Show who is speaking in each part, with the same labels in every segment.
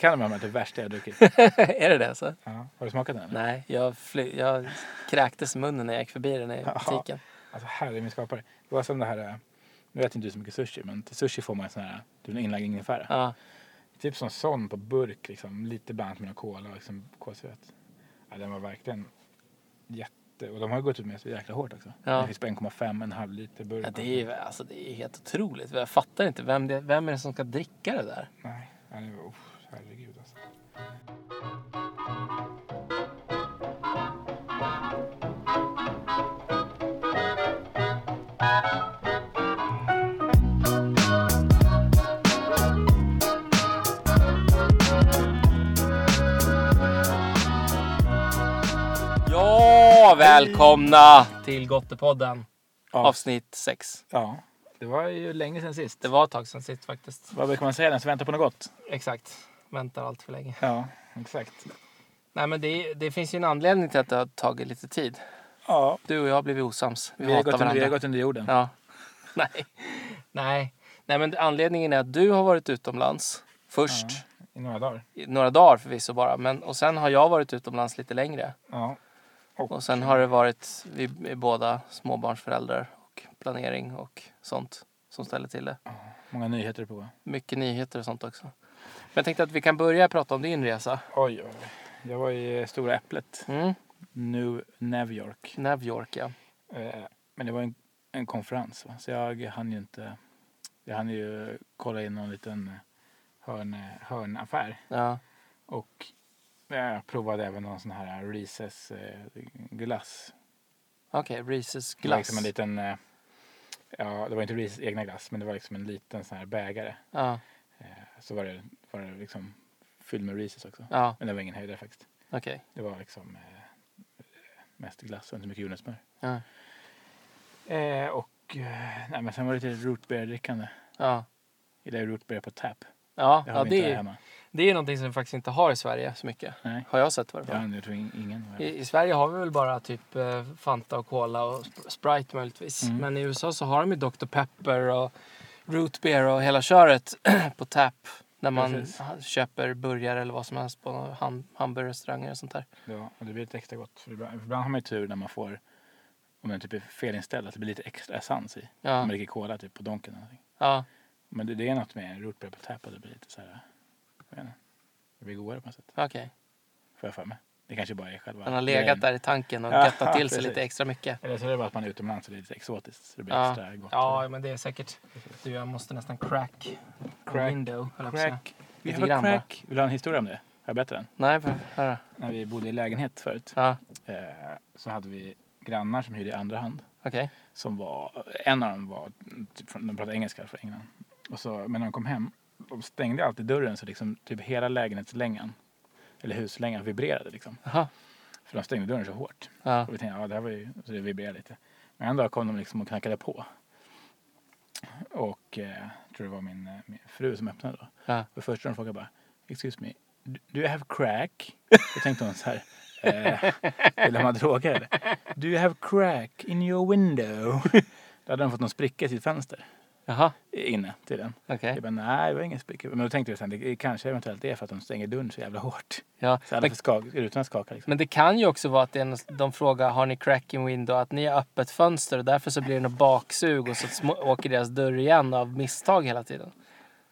Speaker 1: Kan vara det värsta jag druckit.
Speaker 2: är det det alltså?
Speaker 1: Ja. Har du smakat den? eller?
Speaker 2: Nej, jag, fly- jag kräktes i munnen när jag gick förbi den i
Speaker 1: Jaha.
Speaker 2: butiken.
Speaker 1: Alltså herre min skapare. Det var som det här, eh, nu vet inte du så mycket sushi men till sushi får man en sån här, du en inlagd ingefära.
Speaker 2: Ja.
Speaker 1: Typ som sån på burk liksom, lite blandat med någon cola och liksom kolsyrat. Ja, den var verkligen jätte, och de har ju gått ut med så jäkla hårt också.
Speaker 2: Ja.
Speaker 1: Det finns på 1,5, en halv liter burk.
Speaker 2: Ja, det, är, ju- alltså, det är helt otroligt. Jag fattar inte. Vem, det, vem är det som ska dricka det där?
Speaker 1: Nej, ja, det var, oh, herregud alltså.
Speaker 2: Ja, välkomna till Gottepodden.
Speaker 1: Ja,
Speaker 2: Avsnitt 6.
Speaker 1: ja, det var ju länge sedan sist.
Speaker 2: Det var ett tag sedan sist faktiskt.
Speaker 1: Vad brukar man säga, den som väntar på något gott?
Speaker 2: Exakt. Väntar allt för länge.
Speaker 1: Ja, exakt.
Speaker 2: Nej, men det, det finns ju en anledning till att det har tagit lite tid.
Speaker 1: Ja,
Speaker 2: Du och jag har blivit osams. Vi,
Speaker 1: vi har
Speaker 2: hatar
Speaker 1: gått, under, vi
Speaker 2: varandra.
Speaker 1: har gått under jorden.
Speaker 2: Ja. Nej. Nej. Nej, men anledningen är att du har varit utomlands först.
Speaker 1: I några dagar.
Speaker 2: i Några dagar förvisso bara. Men, och sen har jag varit utomlands lite längre.
Speaker 1: Ja,
Speaker 2: Och sen har det varit, vi är båda småbarnsföräldrar och planering och sånt som ställer till det.
Speaker 1: många nyheter på gång.
Speaker 2: Mycket nyheter och sånt också. Men jag tänkte att vi kan börja prata om din resa.
Speaker 1: Oj, oj, oj. Jag var i Stora Äpplet,
Speaker 2: Mm.
Speaker 1: New New York.
Speaker 2: New York ja.
Speaker 1: Eh, Men det var en, en konferens, va? så jag hann ju inte... Jag hann ju kolla in någon liten hörn, hörnaffär.
Speaker 2: ja.
Speaker 1: Och jag provade även någon sån här Reeses eh, glass.
Speaker 2: Okej, Reeses
Speaker 1: Det var
Speaker 2: glass.
Speaker 1: liksom en liten... eh, Ja, det var inte Reeses egna glass, men det var liksom en liten sån här bägare.
Speaker 2: Ja,
Speaker 1: Eh, Så var det, var det liksom fylld med Reeses också.
Speaker 2: ja.
Speaker 1: Men det var ingen höjdare faktiskt.
Speaker 2: okej.
Speaker 1: Det var liksom eh, mest glass och inte mycket jordnötssmör.
Speaker 2: Ja.
Speaker 1: Eh, och eh, nej, men sen var det lite rootbeer-drickande.
Speaker 2: Ja.
Speaker 1: Gillar ju rootbeer på tap.
Speaker 2: Ja,
Speaker 1: Det har
Speaker 2: ja,
Speaker 1: vi
Speaker 2: det,
Speaker 1: inte här
Speaker 2: är,
Speaker 1: hemma.
Speaker 2: det är någonting som vi faktiskt inte har i Sverige så mycket.
Speaker 1: Nej,
Speaker 2: Har jag sett i varje
Speaker 1: jag,
Speaker 2: fall.
Speaker 1: jag tror in- ingen har
Speaker 2: I,
Speaker 1: det.
Speaker 2: I Sverige har vi väl bara typ eh, Fanta och Cola och Sp- Sprite möjligtvis.
Speaker 1: Mm.
Speaker 2: Men i USA så har de ju Dr Pepper och Root Beer och hela köret på tap. När man
Speaker 1: Precis.
Speaker 2: ha- köper burgare eller vad som helst på ham- hamburgerrestauranger och sånt där.
Speaker 1: Ja, och det blir lite extra gott. För ibland, ibland har man ju tur när man får, om den typ är felinställd, att det blir lite extra essens i.
Speaker 2: Ja,
Speaker 1: Om man dricker cola typ på donken eller någonting.
Speaker 2: ja,
Speaker 1: Men det, det är något med rootbeer på tap att det blir lite så här, jag vet inte. Det blir godare på något sätt.
Speaker 2: okej.
Speaker 1: Får jag för mig. Det kanske bara är själva
Speaker 2: Den har
Speaker 1: grejen.
Speaker 2: legat där i tanken och
Speaker 1: Ja,
Speaker 2: göttat till sig
Speaker 1: precis.
Speaker 2: lite extra mycket.
Speaker 1: Eller så är det bara att man är utomlands och det är lite exotiskt. Så det blir
Speaker 2: Ja.
Speaker 1: extra gott.
Speaker 2: Ja, men det är säkert. Du, jag måste nästan crack,
Speaker 1: Crack.
Speaker 2: window. höll jag på att säga.
Speaker 1: Crack. Vi
Speaker 2: Lite
Speaker 1: har
Speaker 2: grann, va?
Speaker 1: crack. Vill du ha en historia om det? Har jag berättat den?
Speaker 2: Nej, för höra.
Speaker 1: När vi bodde i lägenhet förut
Speaker 2: Ja,
Speaker 1: eh, så hade vi grannar som hyrde i andra hand.
Speaker 2: okej.
Speaker 1: Som var, en av dem var, typ, från, de pratade engelska från England. Och så, men när de kom hem, de stängde alltid dörren så liksom typ hela lägenhetslängan, eller huslängan vibrerade liksom.
Speaker 2: Jaha.
Speaker 1: För de stängde dörren så hårt.
Speaker 2: Ja.
Speaker 1: Och vi tänkte, ja det här var ju, så det vibrerade lite. Men en dag kom de liksom och knackade på. Och eh, jag tror det var min, eh, min fru som öppnade då.
Speaker 2: Ja.
Speaker 1: Och först när de frågade bara, excuse me, do- do you have crack? Då tänkte hon så här, eh, vill de ha droger eller? Do you have crack in your window? Då hade de fått någon spricka i sitt fönster
Speaker 2: Jaha,
Speaker 1: inne till den.
Speaker 2: okej.
Speaker 1: Jag bara, nej det var ingen spricka. Men då tänkte jag sen, det det kanske eventuellt är för att de stänger dörren så jävla hårt.
Speaker 2: Ja.
Speaker 1: Så alla
Speaker 2: Men
Speaker 1: får skaka, rutorna skakar liksom.
Speaker 2: Men det kan ju också vara att det är en, de frågar har ni crack in window, att ni har öppet fönster och därför så blir det något baksug och så små, åker deras dörr igen av misstag hela tiden.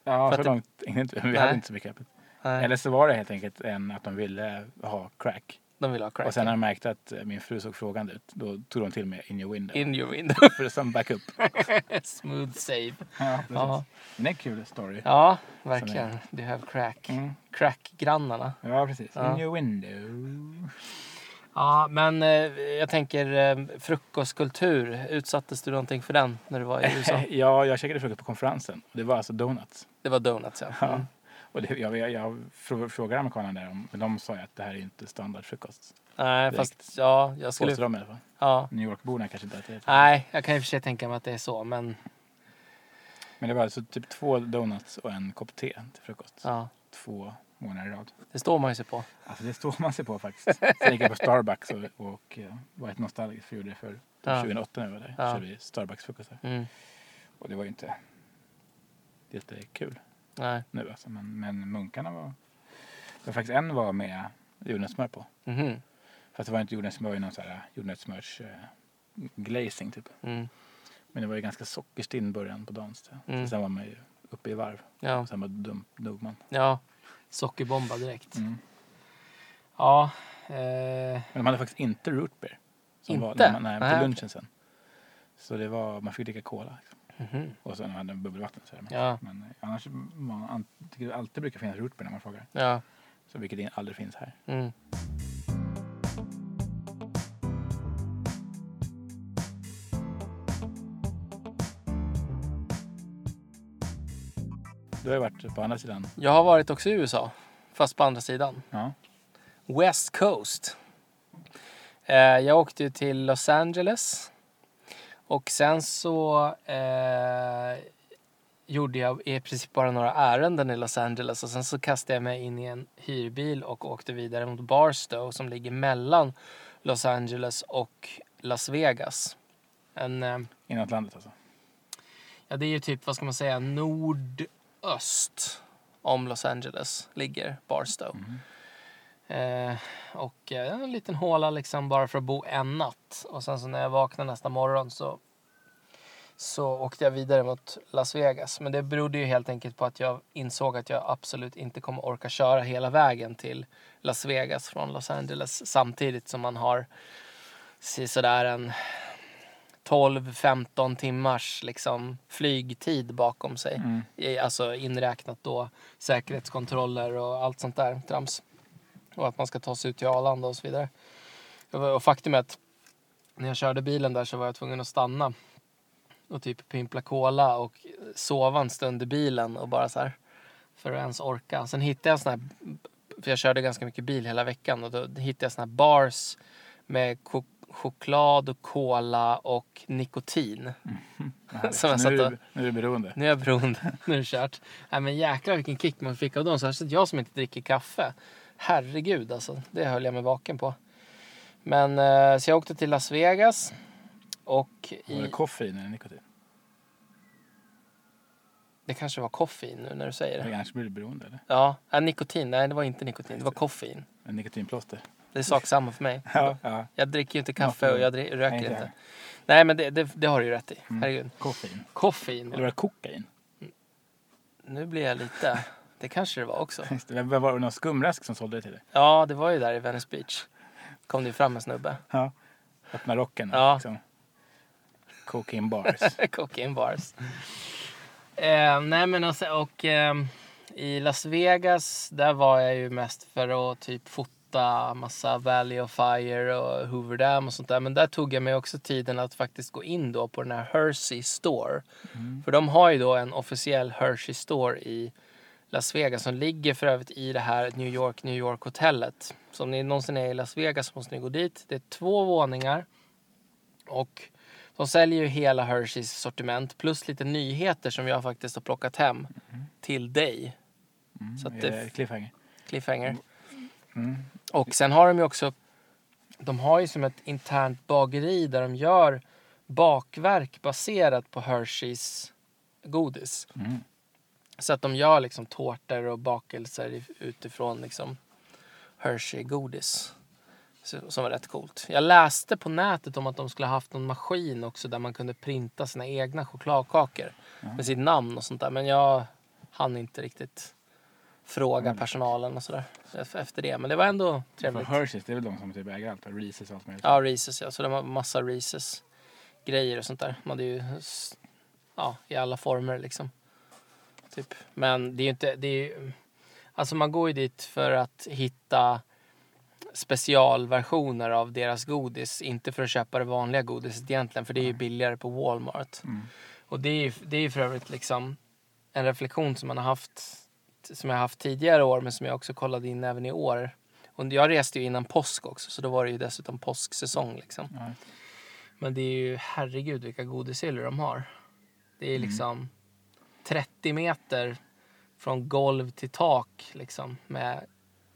Speaker 1: Ja,
Speaker 2: för
Speaker 1: så
Speaker 2: att det-
Speaker 1: långt hängde inte vi. Vi
Speaker 2: Nej.
Speaker 1: hade inte så mycket öppet.
Speaker 2: Nej,
Speaker 1: Eller så var det helt enkelt en att de ville ha crack.
Speaker 2: de vill ha crack.
Speaker 1: Och sen när de märkte att eh, min fru såg frågande ut, då tog de till med in your window.
Speaker 2: In your window.
Speaker 1: För som backup.
Speaker 2: Smooth save.
Speaker 1: Ja, precis.
Speaker 2: Ja,
Speaker 1: Det är en kul story.
Speaker 2: ja verkligen. Du have crack.
Speaker 1: Mm.
Speaker 2: Crack-grannarna.
Speaker 1: Ja, precis.
Speaker 2: Ja.
Speaker 1: In your window.
Speaker 2: Ja, men eh, jag tänker eh, frukostkultur. Utsattes du någonting för den när du var i USA?
Speaker 1: Ja, jag käkade frukost på konferensen. Det var alltså donuts.
Speaker 2: Det var donuts ja. Mm.
Speaker 1: Och det, jag, jag, jag frå- frågade amerikanerna där om, men de sa ju att det här är ju inte standardfrukost.
Speaker 2: Nej, fast ja, jag
Speaker 1: Påstår
Speaker 2: skulle...
Speaker 1: de i alla fall.
Speaker 2: Ja.
Speaker 1: New York-borna kanske inte äter det.
Speaker 2: Nej, jag kan i och för sig tänka mig att det är så, men
Speaker 1: Men det var alltså typ två donuts och en kopp te till frukost.
Speaker 2: ja.
Speaker 1: Två månader i rad.
Speaker 2: Det står man ju sig på.
Speaker 1: Alltså det står man sig på faktiskt. Sen gick jag på Starbucks och, och eh, var ett nostalgiskt för jag gjorde det för typ
Speaker 2: Ja.
Speaker 1: 2008 när jag var där.
Speaker 2: Ja.
Speaker 1: Ja. körde vi Starbucks-frukost där.
Speaker 2: Mm.
Speaker 1: Och det var ju inte jättekul
Speaker 2: Nej.
Speaker 1: nu alltså. Men, men munkarna var... Det var faktiskt en var med jordnötssmör på.
Speaker 2: Mhm.
Speaker 1: Fast det var inte jordnötssmör, det var någon så här jordnötssmörs eh, glazing typ.
Speaker 2: Mm.
Speaker 1: Men det var ju ganska sockerstinn början på dagen. Så
Speaker 2: Mm.
Speaker 1: sen var man ju uppe i varv.
Speaker 2: Ja.
Speaker 1: Och sen bara dum, dog man.
Speaker 2: ja, sockerbomba direkt.
Speaker 1: Mm.
Speaker 2: Ja, eh,
Speaker 1: Men de hade faktiskt inte root beer. Som Var,
Speaker 2: Inte?
Speaker 1: nej, nej,
Speaker 2: Nej,
Speaker 1: till
Speaker 2: okej.
Speaker 1: lunchen sen. Så det var, man fick dricka cola. Liksom.
Speaker 2: mhm.
Speaker 1: Och sen hade de bubbelvatten. Så här. men,
Speaker 2: ja,
Speaker 1: men eh, annars, man an, tycker det alltid brukar finnas root beer när man frågar.
Speaker 2: ja.
Speaker 1: Så vilket in- aldrig finns här.
Speaker 2: Mm.
Speaker 1: Du har ju varit på andra sidan.
Speaker 2: Jag har varit också i USA, fast på andra sidan.
Speaker 1: Ja.
Speaker 2: West Coast. Eh, jag åkte ju till Los Angeles. Och sen så eh, gjorde jag i princip bara några ärenden i Los Angeles. Och sen så kastade jag mig in i en hyrbil och åkte vidare mot Barstow som ligger mellan Los Angeles och Las Vegas. En, eh,
Speaker 1: Inåt landet alltså.
Speaker 2: ja, det är ju typ, vad ska man säga, nordöst om Los Angeles ligger Barstow.
Speaker 1: Mm.
Speaker 2: Eh, och eh, en liten håla liksom bara för att bo en natt. Och sen så när jag vaknade nästa morgon så, så åkte jag vidare mot Las Vegas. Men det berodde ju helt enkelt på att jag insåg att jag absolut inte kommer orka köra hela vägen till Las Vegas från Los Angeles samtidigt som man har si- sådär en 12-15 timmars liksom flygtid bakom sig.
Speaker 1: Mm.
Speaker 2: I- Alltså inräknat då säkerhetskontroller och allt sånt där trams. Och att man ska ta sig ut till Arlanda och så vidare. Det var- Och faktum är att när jag körde bilen där så var jag tvungen att stanna och typ pimpla cola och sova en stund i bilen och bara så här för att ens orka. Sen hittade jag sån här, för jag körde ganska mycket bil hela veckan och då hittade jag såna här bars med ko- choklad och cola och nikotin.
Speaker 1: Det här är-
Speaker 2: Som jag
Speaker 1: så nu,
Speaker 2: satt
Speaker 1: är du,
Speaker 2: och-
Speaker 1: nu är du beroende.
Speaker 2: Nu är jag beroende. Nu är det kört. Nej, men jäklar vilken kick man fick av dem. Särskilt jag som inte dricker kaffe. Herregud alltså. Det höll jag mig vaken på. Men eh, så jag åkte till Las Vegas. Och
Speaker 1: Var det
Speaker 2: i,
Speaker 1: koffein eller nikotin?
Speaker 2: det kanske var koffein nu när du säger
Speaker 1: Det
Speaker 2: det.
Speaker 1: kanske blir du beroende eller?
Speaker 2: Ja, äh, nikotin. Nej, det var inte nikotin. Det var koffein.
Speaker 1: En nikotinplåster?
Speaker 2: Det är sak samma för mig.
Speaker 1: Ja. ja.
Speaker 2: Jag dricker ju inte kaffe och jag dri- röker
Speaker 1: Nej, inte
Speaker 2: inte.
Speaker 1: jag.
Speaker 2: Nej, men det, det, det har du ju rätt i.
Speaker 1: Mm.
Speaker 2: Herregud.
Speaker 1: Koffein. Eller var
Speaker 2: Koffein.
Speaker 1: det kokain?
Speaker 2: Nu blir jag lite... Det kanske det var också.
Speaker 1: Just det, Vem var det någon skumrask som sålde det till dig?
Speaker 2: Ja, det var ju där i Venice Beach. Kom det ju fram en snubbe.
Speaker 1: Ja. Öppna rocken.
Speaker 2: Ja.
Speaker 1: Liksom. Cocaine bars.
Speaker 2: Cocaine bars. Eh, nej men alltså, och ehm, i Las Vegas där var jag ju mest för att typ fota massa Valley of Fire och Hoover Dam och sånt där. Men där tog jag mig också tiden att faktiskt gå in då på den här Hershey Store.
Speaker 1: Mm,
Speaker 2: För de har ju då en officiell Hershey Store i Las Vegas som ligger för övrigt i det här New York, New York hotellet. Så om ni någonsin är i Las Vegas så måste ni gå dit. Det är två våningar och de säljer ju hela Hersheys sortiment plus lite nyheter som jag faktiskt har plockat hem till dig.
Speaker 1: Mm.
Speaker 2: Så att
Speaker 1: är
Speaker 2: det-
Speaker 1: det Cliffhanger.
Speaker 2: Cliffhanger.
Speaker 1: Mm.
Speaker 2: Och sen har de ju också, de har ju som ett internt bageri där de gör bakverk baserat på Hersheys godis.
Speaker 1: Mm.
Speaker 2: Så att de gör liksom tårtor och bakelser i- utifrån liksom Hershey-godis. Så- Som var rätt coolt. Jag läste på nätet om att de skulle ha haft någon maskin också där man kunde printa sina egna chokladkakor. Med sitt namn och sånt där. Men jag hann inte riktigt fråga personalen och sådär. e- Efter det. Men det var ändå
Speaker 1: För
Speaker 2: trevligt.
Speaker 1: Hershey's, det är väl de som typ äger allt? va? Reese's och allt möjligt.
Speaker 2: Ja, Reeses ja. Så det var massa Reeses-grejer och sånt där. Man hade ju s- ja, i alla former liksom. Typ. Men det är ju inte... Det är ju, alltså man går ju dit för att hitta specialversioner av deras godis. Inte för att köpa det vanliga godiset egentligen. För det är ju billigare på Walmart.
Speaker 1: Mm.
Speaker 2: Och det är ju det är ju för övrigt liksom en reflektion som man har haft som jag har haft tidigare år men som jag också kollade in även i år. Och jag reste ju innan påsk också så då var det ju dessutom påsksäsong liksom.
Speaker 1: Ja.
Speaker 2: Men det är ju herregud vilka godishyllor de har. Det är liksom 30 meter från golv till tak liksom med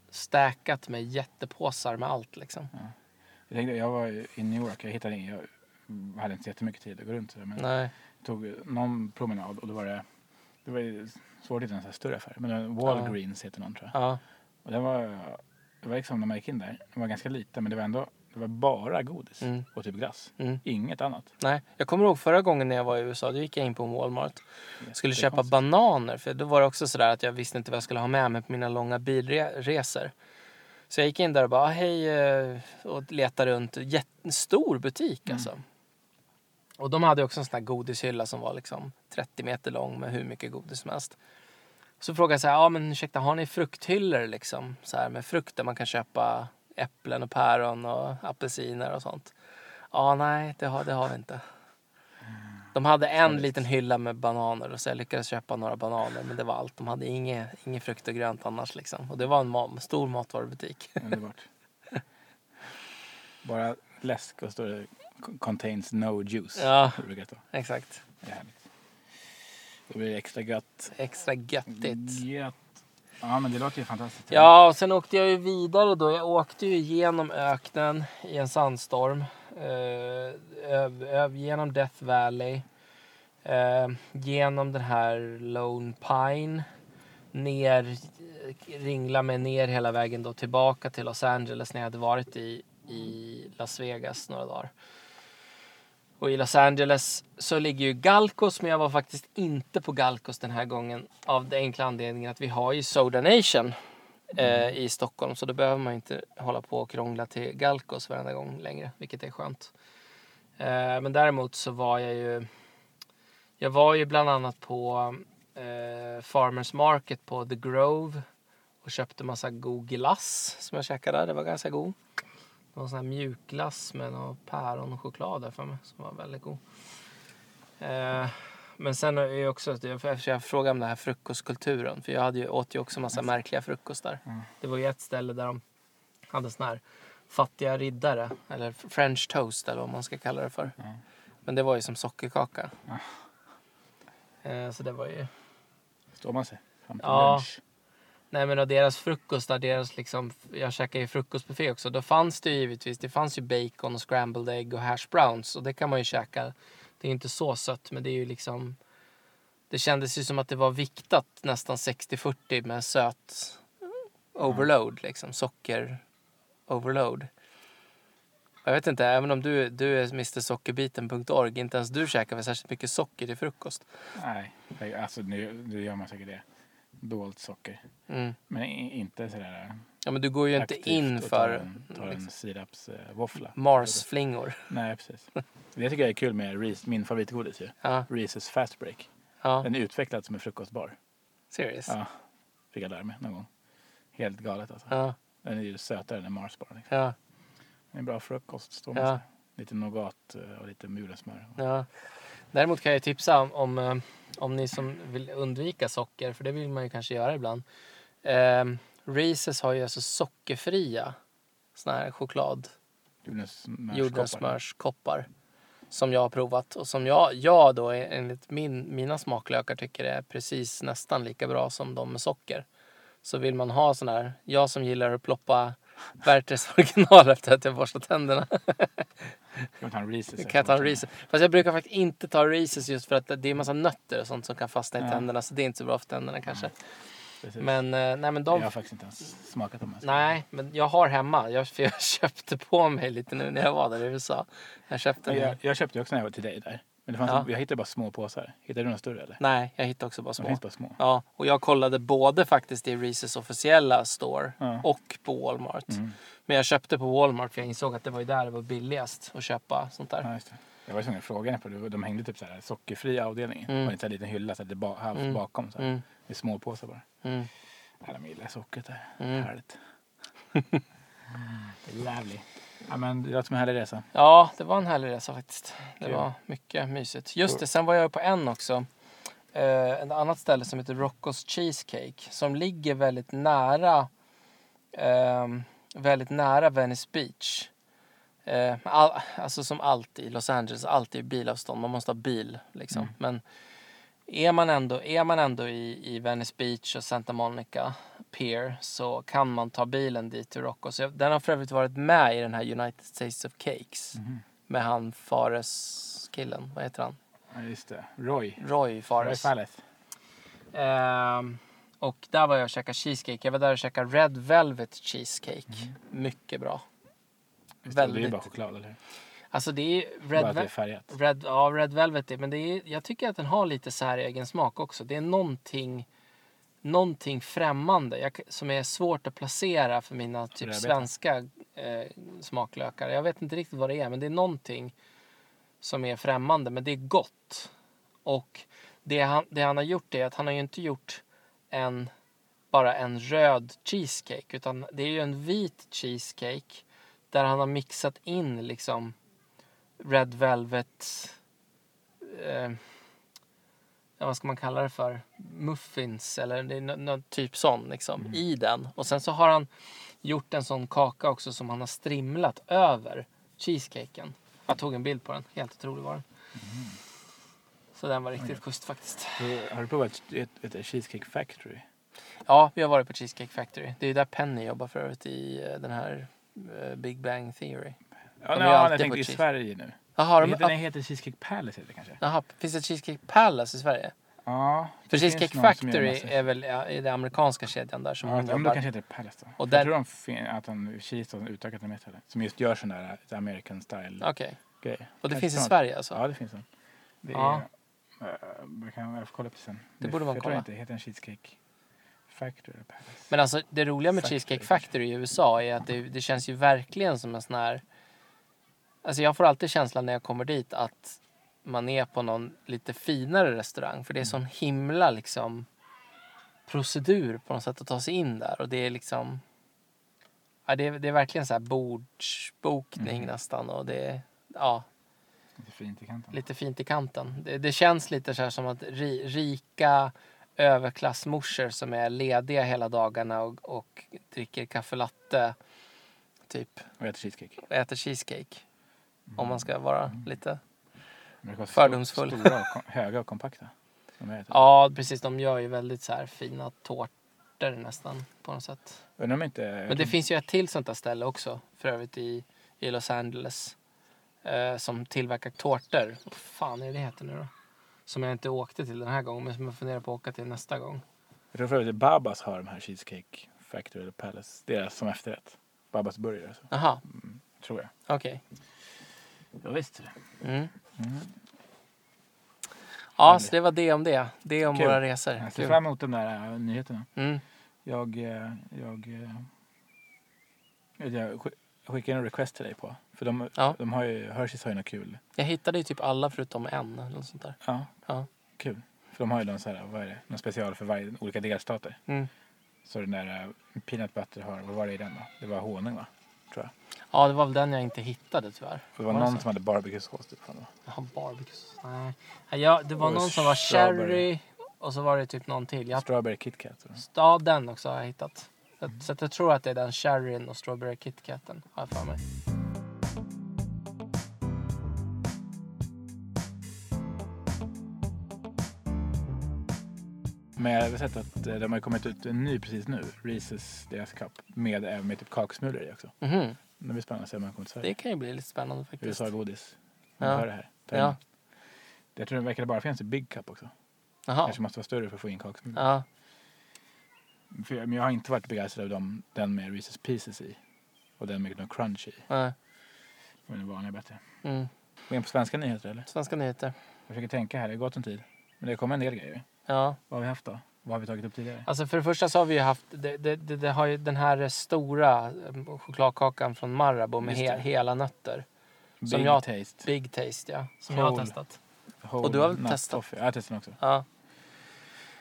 Speaker 2: stäkat med jättepåsar med allt liksom.
Speaker 1: Jag, tänkte, jag var ju i New York, jag hittade in, jag hade inte så jättemycket tid att gå runt. och sådär, Men
Speaker 2: Nej.
Speaker 1: tog någon promenad och då var det, det var ju svårt att hitta en sån här större affär. Men Walgreens heter någon tror jag.
Speaker 2: Ja.
Speaker 1: Och Och det var, det var liksom när man gick in där, det var ganska lite men det var ändå det var bara godis
Speaker 2: Mm.
Speaker 1: och typ glass.
Speaker 2: Mm.
Speaker 1: Inget annat.
Speaker 2: Nej, jag kommer ihåg förra gången när jag var i USA, då gick jag in på Walmart. Jag skulle köpa
Speaker 1: Jättekonstigt.
Speaker 2: bananer, för då var det också sådär att jag visste inte vad jag skulle ha med mig på mina långa bilresor. Så jag gick in där och bara, hej, eh, och letade runt. Jättestor butik alltså. Och de hade också en sån här godishylla som var liksom 30 meter lång med hur mycket godis som helst. Så frågade jag så här, ja men ursäkta, har ni frukthyllor liksom? Så här med frukt där man kan köpa äpplen och päron och apelsiner och sånt. Ja, nej, det har, det har vi inte. De hade en
Speaker 1: Sorgligt.
Speaker 2: liten hylla med bananer och så jag lyckades köpa några bananer men det var allt. De hade inget, inget frukt och grönt annars liksom. Och det var en ma- stor matvarubutik.
Speaker 1: Underbart. bara läsk och står det contains no juice.
Speaker 2: Ja.
Speaker 1: Det brukar det stå.
Speaker 2: Exakt.
Speaker 1: Det är härligt. Då blir det extra gött.
Speaker 2: Extra göttigt.
Speaker 1: Gött. Ja men det låter ju fantastiskt.
Speaker 2: Ja, och sen åkte jag ju vidare då. Jag åkte ju genom öknen i en sandstorm. Eh, öv, öv, genom Death Valley. Eh, genom den här Lone Pine. Ner, eh, ringla mig ner hela vägen då tillbaka till Los Angeles när jag hade varit i, i Las Vegas några dagar. Och i Los Angeles så ligger ju Galcos, men jag var faktiskt inte på Galcos den här gången av den enkla anledningen att vi har ju Soda Nation eh, i Stockholm så då behöver man ju inte hålla på och krångla till Galcos varenda gång längre, vilket är skönt. Eh, men däremot så var jag ju... Jag var ju bland annat på eh, Farmers Market på The Grove och köpte massa god glass som jag käkade där. Det var ganska god. Det var sån här mjukglass med någon päron och choklad där för mig som var väldigt god. Eh, men sen är ju också att jag, eftersom jag frågade om den här frukostkulturen. För jag hade ju, åt ju också massa märkliga frukostar.
Speaker 1: Mm.
Speaker 2: Det var ju ett ställe där de hade sån här fattiga riddare. Eller french toast eller vad man ska kalla det för.
Speaker 1: Mm.
Speaker 2: Men det var ju som sockerkaka. Eh, så det var ju...
Speaker 1: Står man sig fram till
Speaker 2: Ja.
Speaker 1: lunch.
Speaker 2: Nej men och deras frukostar, deras liksom, jag käkade ju frukostbuffé också. Då fanns det ju givetvis, det fanns ju bacon och scrambled egg och hash browns. Och det kan man ju käka. Det är ju inte så sött men det är ju liksom. Det kändes ju som att det var viktat nästan 60-40 med söt
Speaker 1: Mm.
Speaker 2: overload liksom. Socker overload. Jag vet inte, även om du, du är mrsockerbiten.org, inte ens du käkar väl särskilt mycket socker till frukost.
Speaker 1: Nej, det- alltså nu, nu gör man säkert det. Dolt socker.
Speaker 2: Mm.
Speaker 1: Men i- inte sådär äh,
Speaker 2: Ja men du går ju inte
Speaker 1: aktivt
Speaker 2: in
Speaker 1: och tar
Speaker 2: för liksom
Speaker 1: en, tar en sirapsvåffla.
Speaker 2: Mars-flingor.
Speaker 1: Nej, precis. Det tycker jag är kul med Reese, min favoritgodis ju.
Speaker 2: Ja.
Speaker 1: Reese's Fast Break.
Speaker 2: Ja,
Speaker 1: Den är utvecklad som en frukostbar.
Speaker 2: serious. Ja.
Speaker 1: Ja, fick jag lära mig någon gång. Helt galet alltså.
Speaker 2: Ja,
Speaker 1: Den är ju sötare än Mars bara. Liksom.
Speaker 2: ja,
Speaker 1: Det är en bra frukost. Står man
Speaker 2: ja,
Speaker 1: ja. Lite nougat eh, och lite mulen smör.
Speaker 2: Däremot kan jag ju tipsa om, om, eh, om ni som vill undvika socker, för det vill man ju kanske göra ibland. Eh, Reese's har ju alltså sockerfria såna här choklad,
Speaker 1: Jordnötssmör.
Speaker 2: jordgubbssmörskoppar som jag har provat och som jag, jag då eh, enligt min, mina smaklökar tycker är precis nästan lika bra som de med socker. Så vill man ha sån här, jag som gillar att ploppa Werthers original efter att jag borstat tänderna.
Speaker 1: Kan ta en Reese's?
Speaker 2: Kan jag ta en Reese's? Fast jag brukar faktiskt inte ta Reese's just för att det är en massa nötter och sånt som kan fastna i
Speaker 1: Ja.
Speaker 2: tänderna så det är inte så bra för tänderna kanske.
Speaker 1: Precis.
Speaker 2: Men eh, nej men de...
Speaker 1: Jag har faktiskt inte ens smakat dem. ens.
Speaker 2: Nej, men jag har hemma. Jag, för jag köpte på mig lite nu när jag var där i USA. Jag köpte...
Speaker 1: Men Jag, jag köpte ju också när jag var till dig där. Men det fanns
Speaker 2: Ja.
Speaker 1: jag hittade bara små påsar. Hittade du några större eller?
Speaker 2: Nej, jag hittade också bara
Speaker 1: De
Speaker 2: små.
Speaker 1: finns bara små.
Speaker 2: Ja, och jag kollade både faktiskt i Reese's officiella store
Speaker 1: Ja.
Speaker 2: och på Walmart.
Speaker 1: Mm.
Speaker 2: Men jag köpte på Walmart för jag insåg att det var ju där det var billigast att köpa sånt där.
Speaker 1: Ja, just det. Jag var ju tvungen att fråga henne på det. De hängde typ så här sockerfri avdelning.
Speaker 2: Mm.
Speaker 1: Det var en sån här liten hylla så här, det ba- halvt
Speaker 2: Mm.
Speaker 1: bakom. Så här.
Speaker 2: Mm,
Speaker 1: Det är små påsar bara.
Speaker 2: mm,
Speaker 1: Ja, de gillar sockret där.
Speaker 2: mm.
Speaker 1: Härligt. Det är Lovely. Ja, men det låter som en härlig resa.
Speaker 2: Ja, det var en härlig resa faktiskt. Det
Speaker 1: Kul.
Speaker 2: var mycket mysigt. Just det, sen var jag på en också. Eh, ett annat ställe som heter Rocco's Cheesecake. Som ligger väldigt nära, ehm, väldigt nära Venice Beach. Eh, all, alltså som alltid, i Los Angeles, alltid i bilavstånd. Man måste ha bil liksom.
Speaker 1: Mm.
Speaker 2: Men är man ändå, är man ändå i, i Venice Beach och Santa Monica Pier så kan man ta bilen dit till Rocco's. Jag- Den har för övrigt varit med i den här United States of Cakes
Speaker 1: Mhm.
Speaker 2: med han Fares-killen. Vad heter han?
Speaker 1: Ja, just det. Roy.
Speaker 2: Roy
Speaker 1: Roy
Speaker 2: Fares.
Speaker 1: Fallet.
Speaker 2: Ehm, Och där var jag och käkade cheesecake. Jag var där och käkade Red Velvet Cheesecake. Mycket bra.
Speaker 1: Mhm. Visst, det är ju
Speaker 2: Väldigt.
Speaker 1: bara choklad, eller hur?
Speaker 2: Alltså det är
Speaker 1: Red
Speaker 2: Red
Speaker 1: bara att det är
Speaker 2: Velvet.
Speaker 1: färgat.
Speaker 2: Red, ja, Red Velvet är, men det är, jag tycker att den har lite så här egen smak också. Det är någonting, någonting främmande jag, som är svårt att placera för mina typ
Speaker 1: Rödbeta.
Speaker 2: svenska eh, smaklökar. Jag vet inte riktigt vad det är, men det är någonting som är främmande, men det är gott. Och det han, det han har gjort är att han har ju inte gjort en, bara en röd cheesecake, utan det är ju en vit cheesecake där han har mixat in liksom Red Velvet... Eh, ja, vad ska man kalla det för? Muffins eller det är nå- någon typ sån liksom i den. Och sen så har han gjort en sån kaka också som han har strimlat över cheesecaken. Jag tog en bild på den. Helt otrolig var den. Så den var riktigt schysst faktiskt.
Speaker 1: Så, Har du provat ett, ett, ett Cheesecake Factory?
Speaker 2: Ja, vi har varit på Cheesecake Factory. Det är där Penny jobbar för övrigt i eh, den här eh, Big Bang Theory.
Speaker 1: Ja,
Speaker 2: är
Speaker 1: nej,
Speaker 2: ju
Speaker 1: jag
Speaker 2: alltid på
Speaker 1: tänkte i
Speaker 2: cheese-
Speaker 1: Sverige nu.
Speaker 2: Jaha,
Speaker 1: den,
Speaker 2: de,
Speaker 1: heter, den heter Cheesecake Palace heter det kanske?
Speaker 2: Jaha, finns det Cheesecake Palace i Sverige?
Speaker 1: Ja.
Speaker 2: För
Speaker 1: det finns
Speaker 2: Cheesecake
Speaker 1: någon som gör
Speaker 2: Factory
Speaker 1: massa-
Speaker 2: är väl ja, i den amerikanska kedjan där som
Speaker 1: Ja,
Speaker 2: hon
Speaker 1: men då
Speaker 2: jobbar.
Speaker 1: kanske heter det Palace då.
Speaker 2: Och
Speaker 1: Och
Speaker 2: där-
Speaker 1: Jag tror de fin- att de Kista har utökat det med det. Som just gör sån där ett American style
Speaker 2: Okej.
Speaker 1: grejer.
Speaker 2: Och det
Speaker 1: Kanske
Speaker 2: finns i
Speaker 1: sånt.
Speaker 2: Sverige alltså?
Speaker 1: Ja, det finns en. Det är,
Speaker 2: Ja.
Speaker 1: eh, jag, kan, jag får kolla upp det sen.
Speaker 2: Det borde man
Speaker 1: jag tror
Speaker 2: kolla.
Speaker 1: inte det heter en Cheesecake Factory eller Palace.
Speaker 2: Men alltså det roliga med
Speaker 1: Factory
Speaker 2: Cheesecake
Speaker 1: kanske.
Speaker 2: Factory i USA är att det, det känns ju verkligen som en sån här... Alltså jag får alltid känslan när jag kommer dit att man är på någon lite finare restaurang.
Speaker 1: Mm.
Speaker 2: För det är sån himla liksom procedur på något sätt att ta sig in där. Och det är liksom... Ja, det, är, det är verkligen så här bordsbokning
Speaker 1: Mhm.
Speaker 2: nästan. Och det är... Ja,
Speaker 1: Lite fint i kanten.
Speaker 2: lite fint i kanten. Det, det känns lite så här som att ri, rika överklassmorsor som är lediga hela dagarna och, och dricker kaffelatte typ
Speaker 1: Och äter cheesecake.
Speaker 2: och äter cheesecake. Om man ska vara lite...
Speaker 1: Men det kostar
Speaker 2: Fördomsfull.
Speaker 1: stor- Stora och kom, höga och kompakta. De jag äter.
Speaker 2: Ja, precis. De gör ju väldigt så här fina tårtor nästan på något sätt.
Speaker 1: Undrar om inte...
Speaker 2: Men det finns ju ett till sånt där ställe också för övrigt i, i Los Angeles eh, som tillverkar tårtor. Vad fan är det heter nu då? Som jag inte åkte till den här gången men som jag funderar på att åka till nästa gång.
Speaker 1: Jag tror för övrigt att Babas har de här Cheesecake Factory eller Palace. Det är som efterrätt. Babas burgare, så,
Speaker 2: Aha,
Speaker 1: tror jag.
Speaker 2: okej.
Speaker 1: Ja, visst.
Speaker 2: Mm. Ja,
Speaker 1: Härligt.
Speaker 2: så det var det om det. Det om
Speaker 1: Kul.
Speaker 2: våra
Speaker 1: Jag
Speaker 2: resor.
Speaker 1: ser
Speaker 2: Kul.
Speaker 1: fram emot de där äh, nyheterna.
Speaker 2: Mm.
Speaker 1: Jag, eh, jag, eh, vet jag sk- jag skickade en request till dig på. För de,
Speaker 2: Ja.
Speaker 1: de har ju, Hershey's har ju något kul.
Speaker 2: Jag hittade ju typ alla förutom en. Eller något sånt där.
Speaker 1: Ja,
Speaker 2: Ja.
Speaker 1: kul. För de har ju någon, så här, vad är det, någon special för varje, olika delstater.
Speaker 2: Mm.
Speaker 1: Så den där eh, peanut butter har, vad var det i den då? Det var honung va? Tror jag.
Speaker 2: ja, det var väl den jag inte hittade tyvärr.
Speaker 1: Och det var
Speaker 2: Var det
Speaker 1: någon
Speaker 2: så?
Speaker 1: som hade barbecuesås typ. från dem.
Speaker 2: Jaha, barbecues. Nej. Ja, det var
Speaker 1: Och
Speaker 2: någon som var
Speaker 1: strawberry.
Speaker 2: cherry och så var det typ någon till. Jag
Speaker 1: Strawberry KitKat.
Speaker 2: Ja, den också har jag hittat. Så, att- så att jag tror att det är den cherryn och strawberry kitkaten har jag för mig.
Speaker 1: Men jag har sett att eh, de har kommit ut en ny precis nu. Reese's deras cup. Med, eh, med typ kaksmulor i också.
Speaker 2: Mhm.
Speaker 1: Det blir spännande att se om man kommer till Sverige.
Speaker 2: Det kan ju bli lite spännande faktiskt.
Speaker 1: USA-godis.
Speaker 2: Ja.
Speaker 1: Ja. Hör det här. Ta in.
Speaker 2: Ja.
Speaker 1: Jag tror det verkar bara finnas i Big Cup också.
Speaker 2: Jaha.
Speaker 1: Kanske måste vara större för att få in kaksmulor.
Speaker 2: Ja.
Speaker 1: För jag, men jag har inte varit begeistrad av dem, den med Reese's Pieces i. Och den med någon crunch i.
Speaker 2: ja.
Speaker 1: Men den vanliga är bättre.
Speaker 2: Mm.
Speaker 1: Gå in på svenska nyheter eller?
Speaker 2: Svenska nyheter.
Speaker 1: Jag försöker tänka här, det har gått en tid. Men det kommer en del grejer.
Speaker 2: Ja.
Speaker 1: Vad har vi haft då? Vad har vi tagit upp tidigare?
Speaker 2: Alltså för det första så har vi ju haft, det, det, det, det har ju den här stora eh, chokladkakan från Marabou med
Speaker 1: Just
Speaker 2: he,
Speaker 1: det.
Speaker 2: hela nötter.
Speaker 1: Big
Speaker 2: som jag-
Speaker 1: Taste.
Speaker 2: Big Taste ja, som jag har
Speaker 1: Whole.
Speaker 2: testat.
Speaker 1: Whole
Speaker 2: och du har väl
Speaker 1: Nut
Speaker 2: testat?
Speaker 1: Toffee. Ja, jag har testat den också.
Speaker 2: Ja.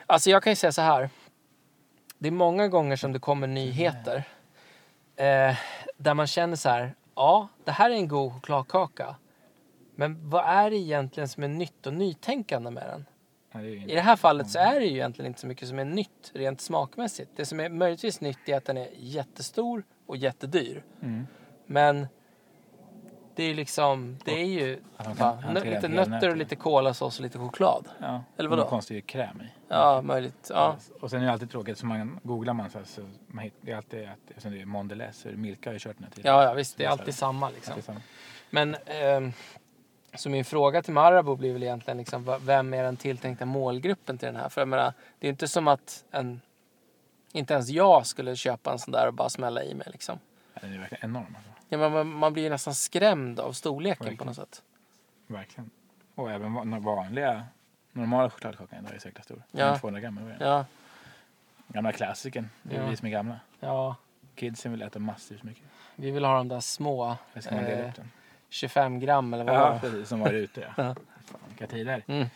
Speaker 2: Alltså jag kan ju säga så här. Det är många gånger som det kommer nyheter eh, där man känner så här, ja det här är en god chokladkaka. Men vad är det egentligen som är nytt och nytänkande med den?
Speaker 1: Ja, det är ju
Speaker 2: I
Speaker 1: inte-
Speaker 2: det här fallet så är det ju egentligen inte så mycket som är nytt rent smakmässigt. Det som är möjligtvis nytt är att den är jättestor och jättedyr.
Speaker 1: Mm.
Speaker 2: Men det är liksom, det är ju
Speaker 1: Att de kan
Speaker 2: va,
Speaker 1: hantera
Speaker 2: nö- lite
Speaker 1: en hel
Speaker 2: nötter och
Speaker 1: nöt.
Speaker 2: lite kolasås och lite choklad.
Speaker 1: Ja.
Speaker 2: Eller vadå?
Speaker 1: Någon konstig kräm i.
Speaker 2: Ja, möjligt. Ja.
Speaker 1: Och sen är det alltid tråkigt, så man googlar man så, här, så man hittar, det är alltid att, eftersom det är Mondelez så är det Milka har ju kört den här tiden.
Speaker 2: Ja, ja, visst. Det är alltid samma liksom.
Speaker 1: Alltid samma.
Speaker 2: Men ehm, så min fråga till Marabou blir väl egentligen liksom, va- vem är den tilltänkta målgruppen till den här? För jag menar, det är inte som att en Inte ens jag skulle köpa en sån där och bara smälla i mig liksom.
Speaker 1: Ja, Den är verkligen enorm. Alltså.
Speaker 2: Ja, men man, man blir ju nästan skrämd av storleken på
Speaker 1: Verkligen.
Speaker 2: något sätt.
Speaker 1: Verkligen. Och även va- några vanliga, normala chokladkakan idag är säkert stor.
Speaker 2: Ja.
Speaker 1: Den är 200 gram eller vad är det?
Speaker 2: Ja,
Speaker 1: Gamla klassikern. Det är
Speaker 2: Ja.
Speaker 1: vi som är gamla.
Speaker 2: ja.
Speaker 1: Kidsen vill äta massivt mycket.
Speaker 2: Vi vill ha de där små.
Speaker 1: Eller ska man dela
Speaker 2: eh,
Speaker 1: upp den?
Speaker 2: 25 gram eller vad det
Speaker 1: Ja,
Speaker 2: var.
Speaker 1: precis. Som var där ute ja.
Speaker 2: Ja.
Speaker 1: Fan, vilka tider.
Speaker 2: Mm.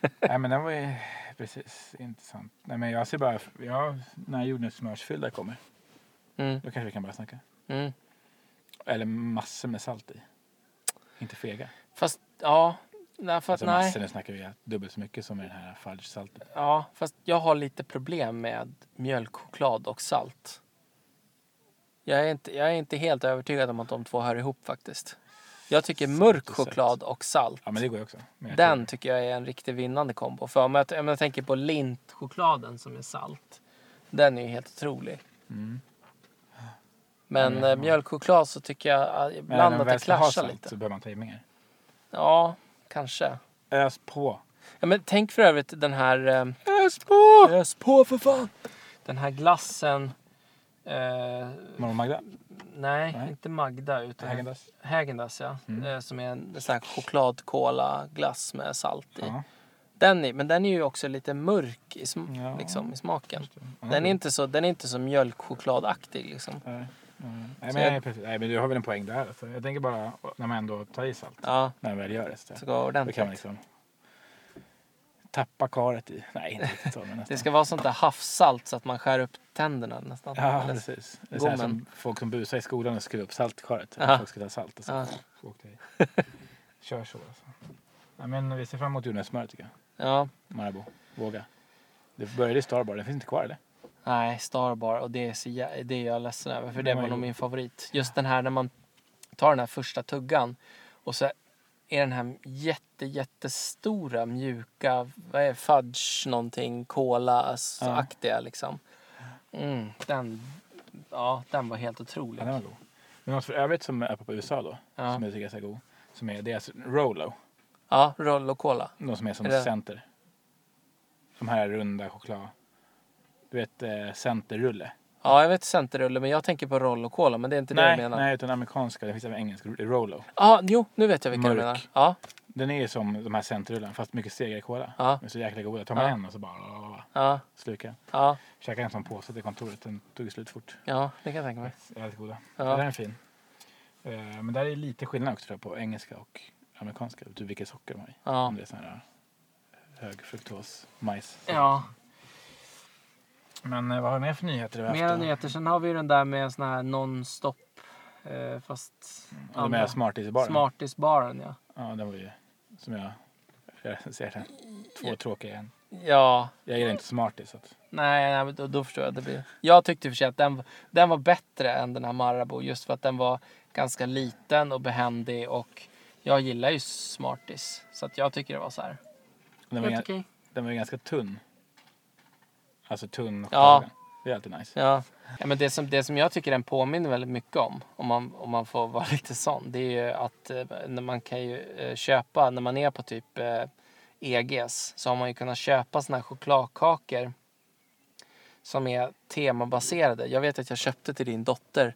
Speaker 1: Nej men den var ju precis intressant. Nej men jag ser bara, ja, när jordnötssmörsfyllda kommer,
Speaker 2: Mm,
Speaker 1: då kanske vi kan börja snacka.
Speaker 2: mm.
Speaker 1: Eller massor med salt i. Inte fega.
Speaker 2: Fast ja, nej, för att,
Speaker 1: Alltså
Speaker 2: nej.
Speaker 1: massor, nu snackar vi dubbelt så mycket som i den här fudge-salten.
Speaker 2: Ja, fast jag har lite problem med mjölkchoklad och salt. Jag är, inte, jag är inte helt övertygad om att de två hör ihop faktiskt. Jag tycker
Speaker 1: Salt
Speaker 2: mörk
Speaker 1: och sött.
Speaker 2: choklad och salt.
Speaker 1: Ja men det går ju också. Men jag
Speaker 2: Den
Speaker 1: tror-
Speaker 2: tycker jag är en riktigt vinnande kombo. För om jag, om jag tänker på lintchokladen som är salt. Den är ju helt otrolig.
Speaker 1: Mm.
Speaker 2: Men
Speaker 1: Ja, men-
Speaker 2: eh, mjölkchoklad så tycker jag eh,
Speaker 1: Men
Speaker 2: ibland
Speaker 1: när
Speaker 2: att
Speaker 1: man
Speaker 2: det
Speaker 1: väl ska ha
Speaker 2: clashar
Speaker 1: salt
Speaker 2: lite.
Speaker 1: så behöver man tajmningar.
Speaker 2: Ja, kanske.
Speaker 1: Ös på.
Speaker 2: Ja, men tänk för övrigt den här... Eh,
Speaker 1: Ös på!
Speaker 2: Ös på för fan! Den här glassen... Eh,
Speaker 1: Mormor Magda.
Speaker 2: nej,
Speaker 1: Nej.
Speaker 2: inte Magda utan
Speaker 1: Hägendas.
Speaker 2: Häagen-Dazs, ja.
Speaker 1: Mm.
Speaker 2: Eh, som är en sån här chokladkola-glass med salt i.
Speaker 1: Ja.
Speaker 2: Den är, men den är ju också lite mörk i, sm-
Speaker 1: Ja.
Speaker 2: liksom, i smaken.
Speaker 1: Mm. Ja,
Speaker 2: Den är inte så, den är inte så mjölkchokladaktig liksom.
Speaker 1: Nej, nej. Nej,
Speaker 2: Så
Speaker 1: men,
Speaker 2: jag-
Speaker 1: nej, precis. nej men du har väl en poäng där. Alltså. Jag tänker bara när man ändå tar i salt.
Speaker 2: Ja,
Speaker 1: När man väl gör det. Så,
Speaker 2: så går
Speaker 1: då
Speaker 2: ordentligt.
Speaker 1: kan man liksom tappa karet i. Nej inte riktigt så men nästan.
Speaker 2: Det ska vara sånt där havssalt så att man skär upp tänderna nästan.
Speaker 1: Ja
Speaker 2: Eller-
Speaker 1: precis. Det är så här
Speaker 2: Gommen.
Speaker 1: som folk som busar i skolan och skruvar upp salt i karet.
Speaker 2: Ja.
Speaker 1: Folk ska ta salt och så
Speaker 2: Ja.
Speaker 1: åkte i. Kör så alltså. Nej, men vi ser fram emot jordnötssmör tycker jag.
Speaker 2: ja.
Speaker 1: Marabou. Våga. Det började i Starbar, den finns inte kvar eller?
Speaker 2: Nej, Starbar och det är, så jä- det är jag ledsen över för det
Speaker 1: Den
Speaker 2: var
Speaker 1: var
Speaker 2: nog
Speaker 1: god.
Speaker 2: min favorit. Just den här när man tar den här första tuggan och så är den här jätte, jättestora mjuka, vad är fudge någonting,
Speaker 1: Ja.
Speaker 2: cola-aktiga liksom. Mm, den, ja, den var helt otrolig.
Speaker 1: Ja, den var god. Men något för övrigt som är på USA då,
Speaker 2: Ja.
Speaker 1: som jag tycker är så här god, som är deras Rolo.
Speaker 2: Ja, roll och cola.
Speaker 1: De som är som
Speaker 2: Är det-
Speaker 1: center. De här runda choklad. Du vet eh, centerrulle.
Speaker 2: Ja, jag vet centerrulle men jag tänker på roll och cola men det är inte det
Speaker 1: Nej,
Speaker 2: du menar.
Speaker 1: nej, utan amerikanska. Det finns även engelska. Rolo.
Speaker 2: Ja, jo, nu vet jag vilka du
Speaker 1: Mörk.
Speaker 2: menar. Ja,
Speaker 1: Den är ju som de här centerrullarna fast mycket segare kola.
Speaker 2: Ja.
Speaker 1: De är så jäkla goda. Tar man
Speaker 2: Ja.
Speaker 1: en och så bara
Speaker 2: ja,
Speaker 1: slukar.
Speaker 2: ja,
Speaker 1: Käkade en sån påse till kontoret. Den tog ju slut fort.
Speaker 2: ja, det kan jag tänka mig.
Speaker 1: Jävligt goda.
Speaker 2: Ja.
Speaker 1: Den är fin. Eh, Men där är lite skillnad också tror jag, på engelska och amerikanska. Typ vilket socker de har i.
Speaker 2: Ja.
Speaker 1: Om det är sån här eh, hög fruktos majs.
Speaker 2: Ja,
Speaker 1: Men eh, vad har vi mer för nyheter? i
Speaker 2: Mer
Speaker 1: afton?
Speaker 2: nyheter. Sen har vi ju den där med sån här non-stop. Eh, fast...
Speaker 1: Ja, de här smartisbaren.
Speaker 2: Smartisbaren, ja.
Speaker 1: Ja, den var ju som jag recenserade. den. Två tråkiga i en.
Speaker 2: Ja.
Speaker 1: Jag gillar inte Smarties. Så att,
Speaker 2: Nej, nej men då, då förstår jag. att Det blir. Jag tyckte i och för sig att den, den var bättre än den här Marabou. Just för att den var ganska liten och behändig. Och jag gillar ju Smarties. Så att jag tycker det var så här.
Speaker 1: den, var
Speaker 2: Helt
Speaker 1: ju,
Speaker 2: okej.
Speaker 1: den var ju ganska tunn. Alltså tunn och
Speaker 2: Ja.
Speaker 1: tagen. Det är alltid nice.
Speaker 2: Ja. ja men det, som, det som jag tycker den påminner väldigt mycket om. Om man, om man får vara lite sån. Det är ju att eh, när man kan ju eh, köpa. När man är på typ eh, EGs. Så har man ju kunnat köpa såna här chokladkakor. Som är temabaserade. Jag vet att jag köpte till din dotter.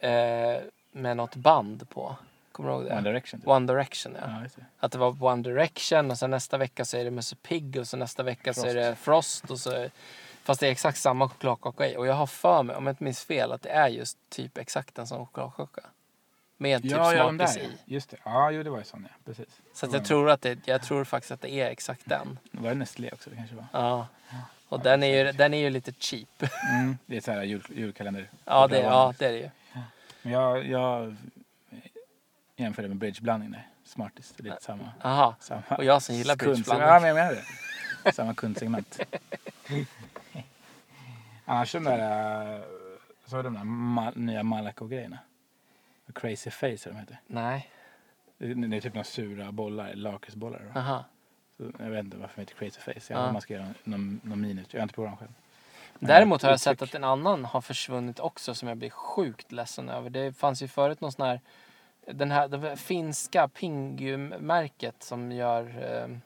Speaker 2: Eh, med något band på. Kommer du ihåg det?
Speaker 1: One Direction. Typ.
Speaker 2: One Direction ja.
Speaker 1: Ja, just det.
Speaker 2: Att det var One Direction och sen nästa vecka så är det Musse Pigg och så nästa vecka så är det Frost. Och så, fast det är exakt samma chokladkaka i. Och jag har för mig, om jag inte minns fel, att det är just typ exakt en sån chokladkaka. Med typ
Speaker 1: ja, ja, den
Speaker 2: smarties
Speaker 1: där. ja.
Speaker 2: i.
Speaker 1: Just det. Ja, jo, det var ju sån ja. Precis.
Speaker 2: Så att jag, tror att det, jag tror faktiskt att det är exakt den.
Speaker 1: Var det Nestlé också? Det kanske var.
Speaker 2: Ja. Och den är, ju, den är ju lite cheap.
Speaker 1: Mm. Det är så här jul, julkalender.
Speaker 2: Ja det, ja, det är det ju.
Speaker 1: Men jag, jag jämför det med bridgeblandning där. Smarties. Det är lite samma.
Speaker 2: Aha.
Speaker 1: samma
Speaker 2: Och jag som gillar
Speaker 1: kundsegment.
Speaker 2: bridgeblandning.
Speaker 1: Ja, men jag menar det. Samma kundsegment. Annars de där, eh, så är de där ma- nya Malaco-grejerna. Crazy face eller vad de heter.
Speaker 2: Nej.
Speaker 1: Det är- det är typ några sura bollar, lakritsbollar. då.
Speaker 2: Aha.
Speaker 1: Så Jag vet inte varför de heter crazy face. Jag
Speaker 2: Ja.
Speaker 1: undrar om man ska göra någon, någon minut. Jag har inte provat dem själv. Men
Speaker 2: Däremot har jag
Speaker 1: uttryck.
Speaker 2: sett att en annan har försvunnit också som jag blir sjukt ledsen över. Det fanns ju förut någon sån här, den här det var finska Pingu-märket som gör eh,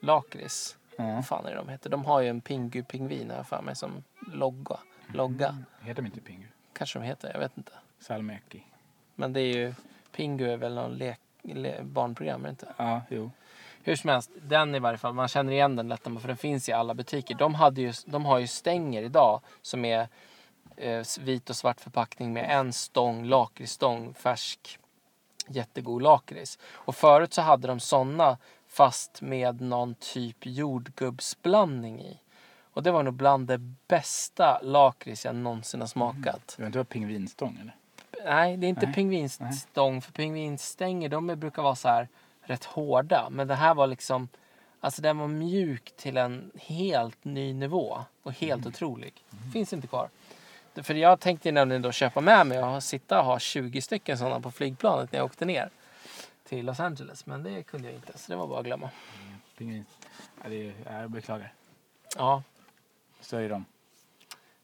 Speaker 2: lakrits.
Speaker 1: Ja.
Speaker 2: Vad fan är det de heter? De har ju en pingu-pingvin har jag för mig som logga. logga.
Speaker 1: Heter de inte Pingu?
Speaker 2: Kanske de heter, jag vet inte.
Speaker 1: Salmäki.
Speaker 2: Men det är ju, Pingu är väl någon lek, le, barnprogram, är det inte?
Speaker 1: Ja, jo.
Speaker 2: Hur som helst, den i varje fall, man känner igen den lätt för den finns i alla butiker. De, hade ju, de har ju stänger idag som är eh, vit och svart förpackning med en stång lakritsstång, färsk jättegod lakrits. Och förut så hade de såna fast med någon typ jordgubbsblandning i. Och det var nog bland det bästa lakrits jag någonsin har smakat.
Speaker 1: Det var inte vad pingvinstång eller?
Speaker 2: Nej, det är inte
Speaker 1: Nej.
Speaker 2: pingvinstång. För pingvinstänger de är- brukar vara så här rätt hårda. Men det här var liksom... Alltså den var mjuk till en helt ny nivå. Och helt otrolig. Finns inte kvar. Det- För jag tänkte nämligen då köpa med mig och ha- sitta och ha 20 stycken sådana på flygplanet när jag åkte ner till Los Angeles. Men det kunde jag inte, så det var bara att glömma.
Speaker 1: Pingvin. Ja, det är, ja, jag beklagar.
Speaker 2: Ja,
Speaker 1: Sörjer dem.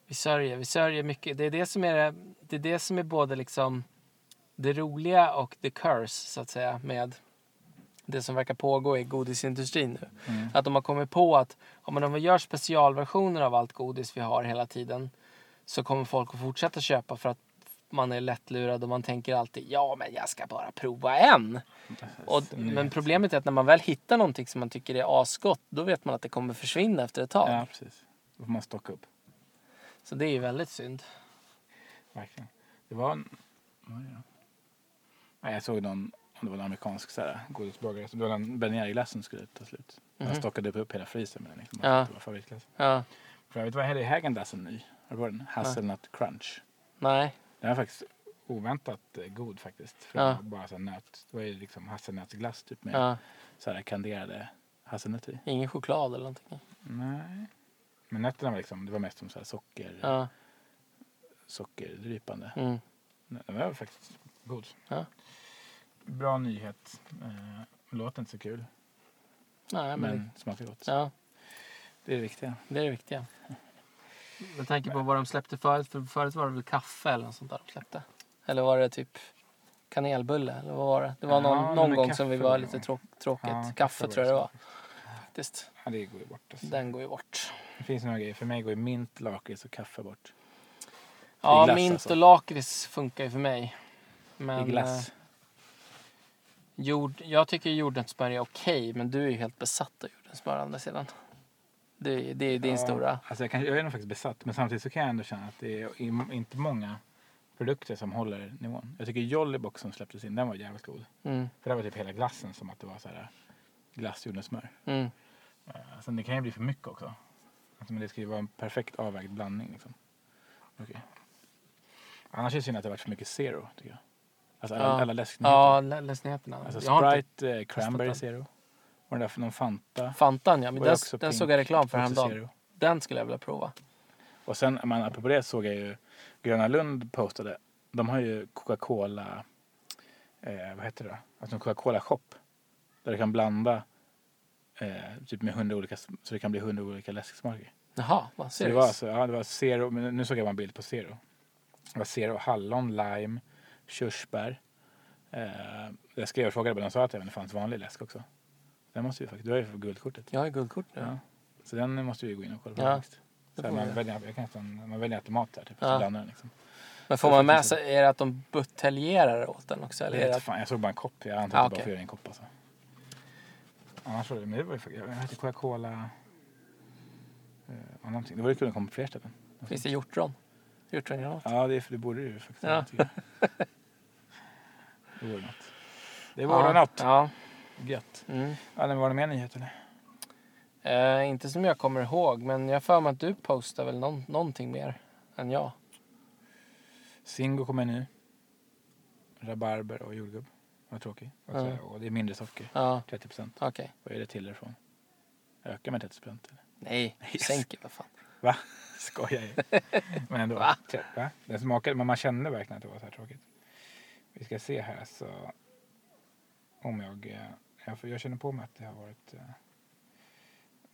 Speaker 2: Vi sörjer, vi sörjer mycket. Det är det som är, det- det är, det som är både liksom det roliga och the curse, så att säga, med det som verkar pågå i godisindustrin nu.
Speaker 1: Mm.
Speaker 2: Att de har kommit på att om man om vi gör specialversioner av allt godis vi har hela tiden så kommer folk att fortsätta köpa för att man är lättlurad och man tänker alltid ja men jag ska bara prova en. Och, men problemet är att när man väl hittar någonting som man tycker är asgott då vet man att det kommer försvinna efter ett tag.
Speaker 1: Ja, precis. Då får man stocka upp.
Speaker 2: Så det är ju väldigt synd.
Speaker 1: Verkligen. Det var en... vad var det då? Nej, jag såg någon, om det var en amerikansk så här, godisbagare, så det var en bearnaiseglassen skulle ta slut.
Speaker 2: Mhm.
Speaker 1: Han stockade upp hela frysen med den. Liksom,
Speaker 2: Ja.
Speaker 1: ja. Det var favoritglassen.
Speaker 2: Ja,
Speaker 1: För övrigt var Helly Häagen-Dazsen ny. Har du provat den? Hasselnut crunch.
Speaker 2: nej.
Speaker 1: Den var faktiskt oväntat eh, god faktiskt. För
Speaker 2: Ja.
Speaker 1: det var bara så här nöt. Det var ju liksom hasselnötsglass typ med
Speaker 2: Ja,
Speaker 1: så här kanderade hasselnötter i.
Speaker 2: ingen choklad eller någonting.
Speaker 1: Nej. Men nötterna var liksom, det var mest som så här socker,
Speaker 2: Ja,
Speaker 1: sockerdrypande.
Speaker 2: mm.
Speaker 1: Nej, Den var faktiskt god.
Speaker 2: Ja.
Speaker 1: Bra nyhet. Eh, låter inte så kul,
Speaker 2: Nej, men,
Speaker 1: men smakar gott.
Speaker 2: Ja,
Speaker 1: Det är det viktiga.
Speaker 2: det är det viktiga. Med tanke på vad de släppte förut, för förut var det väl kaffe eller något sånt där de släppte. Eller var det typ kanelbulle eller vad var det? Det var
Speaker 1: Ja,
Speaker 2: någon, någon
Speaker 1: men
Speaker 2: gång
Speaker 1: kaffe
Speaker 2: som vi
Speaker 1: var
Speaker 2: var
Speaker 1: det
Speaker 2: lite
Speaker 1: nog.
Speaker 2: tråk, tråkigt.
Speaker 1: Ja,
Speaker 2: kaffe,
Speaker 1: kaffe var
Speaker 2: tror jag det
Speaker 1: det
Speaker 2: var. Faktiskt.
Speaker 1: Ja, det går ju bort. Alltså.
Speaker 2: Den går ju bort.
Speaker 1: Det finns några grejer. För mig går ju mint, lakrits och kaffe bort.
Speaker 2: Ja,
Speaker 1: glass,
Speaker 2: mint
Speaker 1: alltså.
Speaker 2: och lakrits funkar ju för mig. Men,
Speaker 1: I glass.
Speaker 2: eh, Jord, jag tycker jordnötssmör är okej, men du är ju helt besatt av jordnötssmör å andra sidan. Det, är- det är din
Speaker 1: Ja,
Speaker 2: stora...
Speaker 1: Alltså jag, kan, jag är nog faktiskt besatt, men samtidigt så kan jag ändå känna att det är im- inte många produkter som håller nivån. Jag tycker Jollybox som släpptes in, den var jävligt god.
Speaker 2: Mm,
Speaker 1: För det var typ hela glassen som att det var så här glass gjord med smör.
Speaker 2: mm.
Speaker 1: Eh, Sen det kan ju bli för mycket också. Alltså, men det ska ju vara en perfekt avvägd blandning liksom. Okej. Annars är det synd att det har varit för mycket zero tycker jag. Alltså alla,
Speaker 2: Ja.
Speaker 1: alla läsknyheter.
Speaker 2: Ja, lä- läsningarna.
Speaker 1: alltså
Speaker 2: Jag har inte-
Speaker 1: Sprite, eh, Cranberry
Speaker 2: den.
Speaker 1: zero. Och den där för någon Fanta.
Speaker 2: Fantan, ja. Men
Speaker 1: Var ju
Speaker 2: den,
Speaker 1: också
Speaker 2: den
Speaker 1: pink.
Speaker 2: såg jag reklam för
Speaker 1: Också
Speaker 2: häromdagen.
Speaker 1: zero.
Speaker 2: Den skulle jag vilja prova.
Speaker 1: Och sen, man, apropå det såg jag ju Gröna Lund postade. De har ju Coca-Cola, eh, vad heter det då? Alltså en Coca-Cola shop. Där du kan blanda eh, typ med hundra olika, så det kan bli hundra olika läsksmaker.
Speaker 2: Jaha, vad
Speaker 1: Så det var
Speaker 2: seriöst?
Speaker 1: alltså, ja det var zero, men nu såg jag bara en bild på zero. Det var zero, hallon, lime, körsbär. Eh, jag skrev och frågade men de sa att det även fanns vanlig läsk också. Den måste ju faktiskt, du har ju guldkortet.
Speaker 2: Jag har ju guldkort nu.
Speaker 1: Ja. Så den måste vi gå in och kolla på.
Speaker 2: Ja,
Speaker 1: faktiskt. Så
Speaker 2: det
Speaker 1: här,
Speaker 2: får man
Speaker 1: man,
Speaker 2: göra.
Speaker 1: väljer, jag kan nästan, man väljer automat där, typ.
Speaker 2: Ja.
Speaker 1: Ja. Blandar den, liksom.
Speaker 2: Men får man med sig, är det att de buteljerar åt den också? Eller
Speaker 1: jag,
Speaker 2: är det
Speaker 1: vet,
Speaker 2: att,
Speaker 1: fan, jag såg bara en kopp. Jag antar
Speaker 2: Ah,
Speaker 1: att det bara
Speaker 2: okej.
Speaker 1: får göra en kopp. Alltså. Annars var det, men det var ju faktiskt, jag hette Coca-Cola. Eh, och någonting. det vore kul om det kom på fler ställen.
Speaker 2: finns det hjortron? Hjortrongranat?
Speaker 1: Ja, det, är- det borde det ju faktiskt.
Speaker 2: Ja.
Speaker 1: tycker jag. det vore något. Det vore något.
Speaker 2: Ja.
Speaker 1: Gött.
Speaker 2: Mm.
Speaker 1: Ja, men var det mer nyheter? eller?
Speaker 2: Eh, inte som jag kommer ihåg, men jag har för mig att du postar väl någon, någonting mer än jag.
Speaker 1: Singo kommer nu. Rabarber och jordgubb. Vad tråkigt. Och, så-
Speaker 2: Ja.
Speaker 1: och det är mindre socker.
Speaker 2: Ja,
Speaker 1: 30 procent.
Speaker 2: okej.
Speaker 1: Vad är det till ifrån? Ökar med 30 procent?
Speaker 2: Nej, du
Speaker 1: Yes.
Speaker 2: sänker vad fan.
Speaker 1: Va? Skojar jag Men ändå.
Speaker 2: Va?
Speaker 1: Typ, Va? Den smakade, men man kände verkligen att det var så här tråkigt. Vi ska se här så. Om jag. eh, Jag, får- jag känner på mig att det har varit. Eh,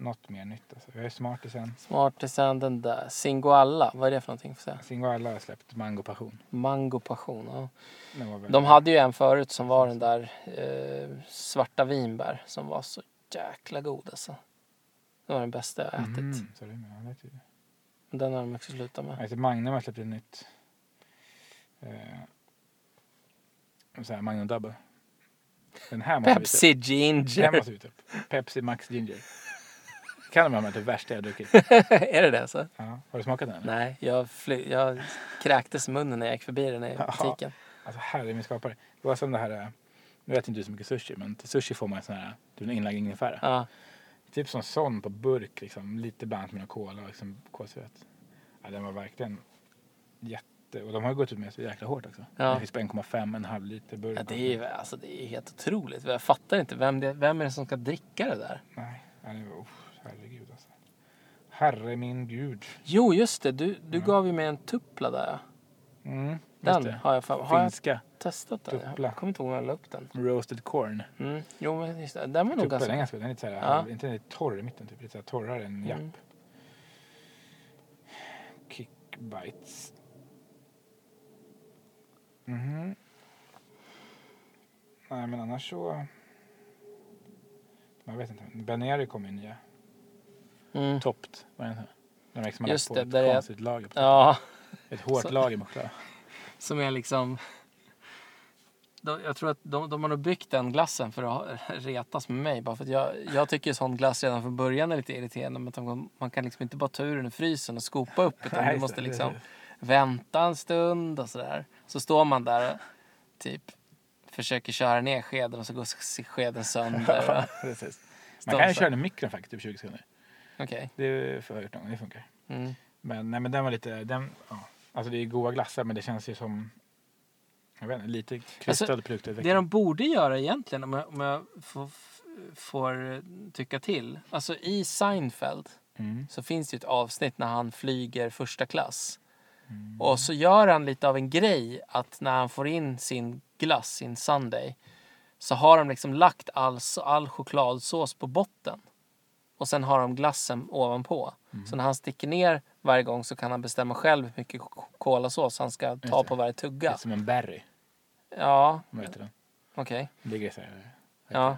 Speaker 1: något mer nytt alltså. Jag är smartisen.
Speaker 2: Smartisen, den där. Singoalla, vad är det för någonting? Får jag säga?
Speaker 1: Singoalla har släppt Mango Passion.
Speaker 2: Mango passion, ja.
Speaker 1: Den var väl-
Speaker 2: De hade ju en förut som var den där eh, svarta vinbär som var så jäkla god alltså. Det var den bästa jag ätit.
Speaker 1: Mm, så det menar jag. Det är-
Speaker 2: Den har de också slutat med.
Speaker 1: Jag heter Magnum alltså, har släppt ett nytt. Eh, så här, Magnum Double. Den här måste vi ta
Speaker 2: Pepsi
Speaker 1: upp. Den
Speaker 2: Ginger.
Speaker 1: måste vi ta upp. typ Pepsi Max Ginger. Kan de här det värsta jag har druckit?
Speaker 2: är det det alltså?
Speaker 1: Ja. Har du smakat den? eller?
Speaker 2: Nej, jag, fly- jag kräktes i munnen när jag gick förbi den i
Speaker 1: Jaha.
Speaker 2: butiken.
Speaker 1: Alltså herre min skapare. Det var som det här. eh, Nu äter inte du så mycket sushi men till sushi får man en sån här. Du är en inlagd ingefära.
Speaker 2: Ja.
Speaker 1: Typ som sån på burk liksom. Lite blandat med någon cola och liksom kolsyrat. Ja, den var verkligen jätte. Och de har ju gått ut med så jäkla hårt också.
Speaker 2: Ja.
Speaker 1: Det finns på 1,5 en halv liter burk.
Speaker 2: Ja, det, är, ju- alltså, det är helt otroligt. Jag fattar inte. Vem, det, vem är det som ska dricka det där?
Speaker 1: Nej, ja, det var, oh, herregud alltså. Herre min gud.
Speaker 2: Jo, just det. Du, du gav ju mig en tuppla där. ja.
Speaker 1: Mm, just
Speaker 2: Den
Speaker 1: det.
Speaker 2: har jag, fa- har jag
Speaker 1: Finska
Speaker 2: testat. Den?
Speaker 1: Tuppla.
Speaker 2: Jag kommer inte ihåg när jag la upp den.
Speaker 1: roasted corn.
Speaker 2: Mm. Jo, men just det. Den var nog
Speaker 1: Tuppen den är ganska,
Speaker 2: ganska...
Speaker 1: den är lite såhär,
Speaker 2: Ja.
Speaker 1: halv- inte den är torr i mitten typ, lite såhär torrare än japp.
Speaker 2: Mm.
Speaker 1: Kickbites. Mhm. Nej men annars så. Jag vet inte. Beneri kom ju nya.
Speaker 2: Mm.
Speaker 1: Toppt. Vad är den här? Den växer man
Speaker 2: Just
Speaker 1: upp på
Speaker 2: det,
Speaker 1: ett
Speaker 2: där är-
Speaker 1: konstigt lager. På.
Speaker 2: Ja,
Speaker 1: Ett hårt
Speaker 2: Så-
Speaker 1: lager med choklad.
Speaker 2: som är liksom... De, jag tror att de, de har nog byggt den glassen för att ha- retas med mig. Bara för att jag, jag tycker ju sån glass redan från början är lite irriterande. Men att man- man kan liksom inte bara ta ur den ur frysen och skopa upp. Utan
Speaker 1: Nej,
Speaker 2: du måste
Speaker 1: så-
Speaker 2: liksom vänta en stund och sådär. Så står man där och typ försöker köra ner skeden och så går s- skeden sönder.
Speaker 1: Ja, precis. Man kan ju
Speaker 2: Stansa.
Speaker 1: köra den i mikron faktiskt, typ 20 sekunder.
Speaker 2: Okej.
Speaker 1: Det får jag gjort någon gång, det funkar.
Speaker 2: Mm.
Speaker 1: Men, nej, men den var lite, den, ja. Alltså det är goda glassar men det känns ju som, jag vet inte, lite krystad
Speaker 2: Alltså, Det
Speaker 1: produktutveckling.
Speaker 2: de borde göra egentligen, om jag, om jag får, f- får tycka till. Alltså i Seinfeld
Speaker 1: Mm.
Speaker 2: så finns det ju ett avsnitt när han flyger första klass. Och så gör han lite av en grej att när han får in sin glass, sin Sunday, så har de liksom lagt all, all chokladsås på botten. Och sen har de glassen ovanpå. Så när han sticker ner varje gång så kan han bestämma själv hur mycket ch- kolasås han ska ta
Speaker 1: det.
Speaker 2: på varje
Speaker 1: Det är
Speaker 2: tugga.
Speaker 1: som en berry,
Speaker 2: Ja,
Speaker 1: om jag heter den.
Speaker 2: okej.
Speaker 1: Ligger så här.
Speaker 2: Ja.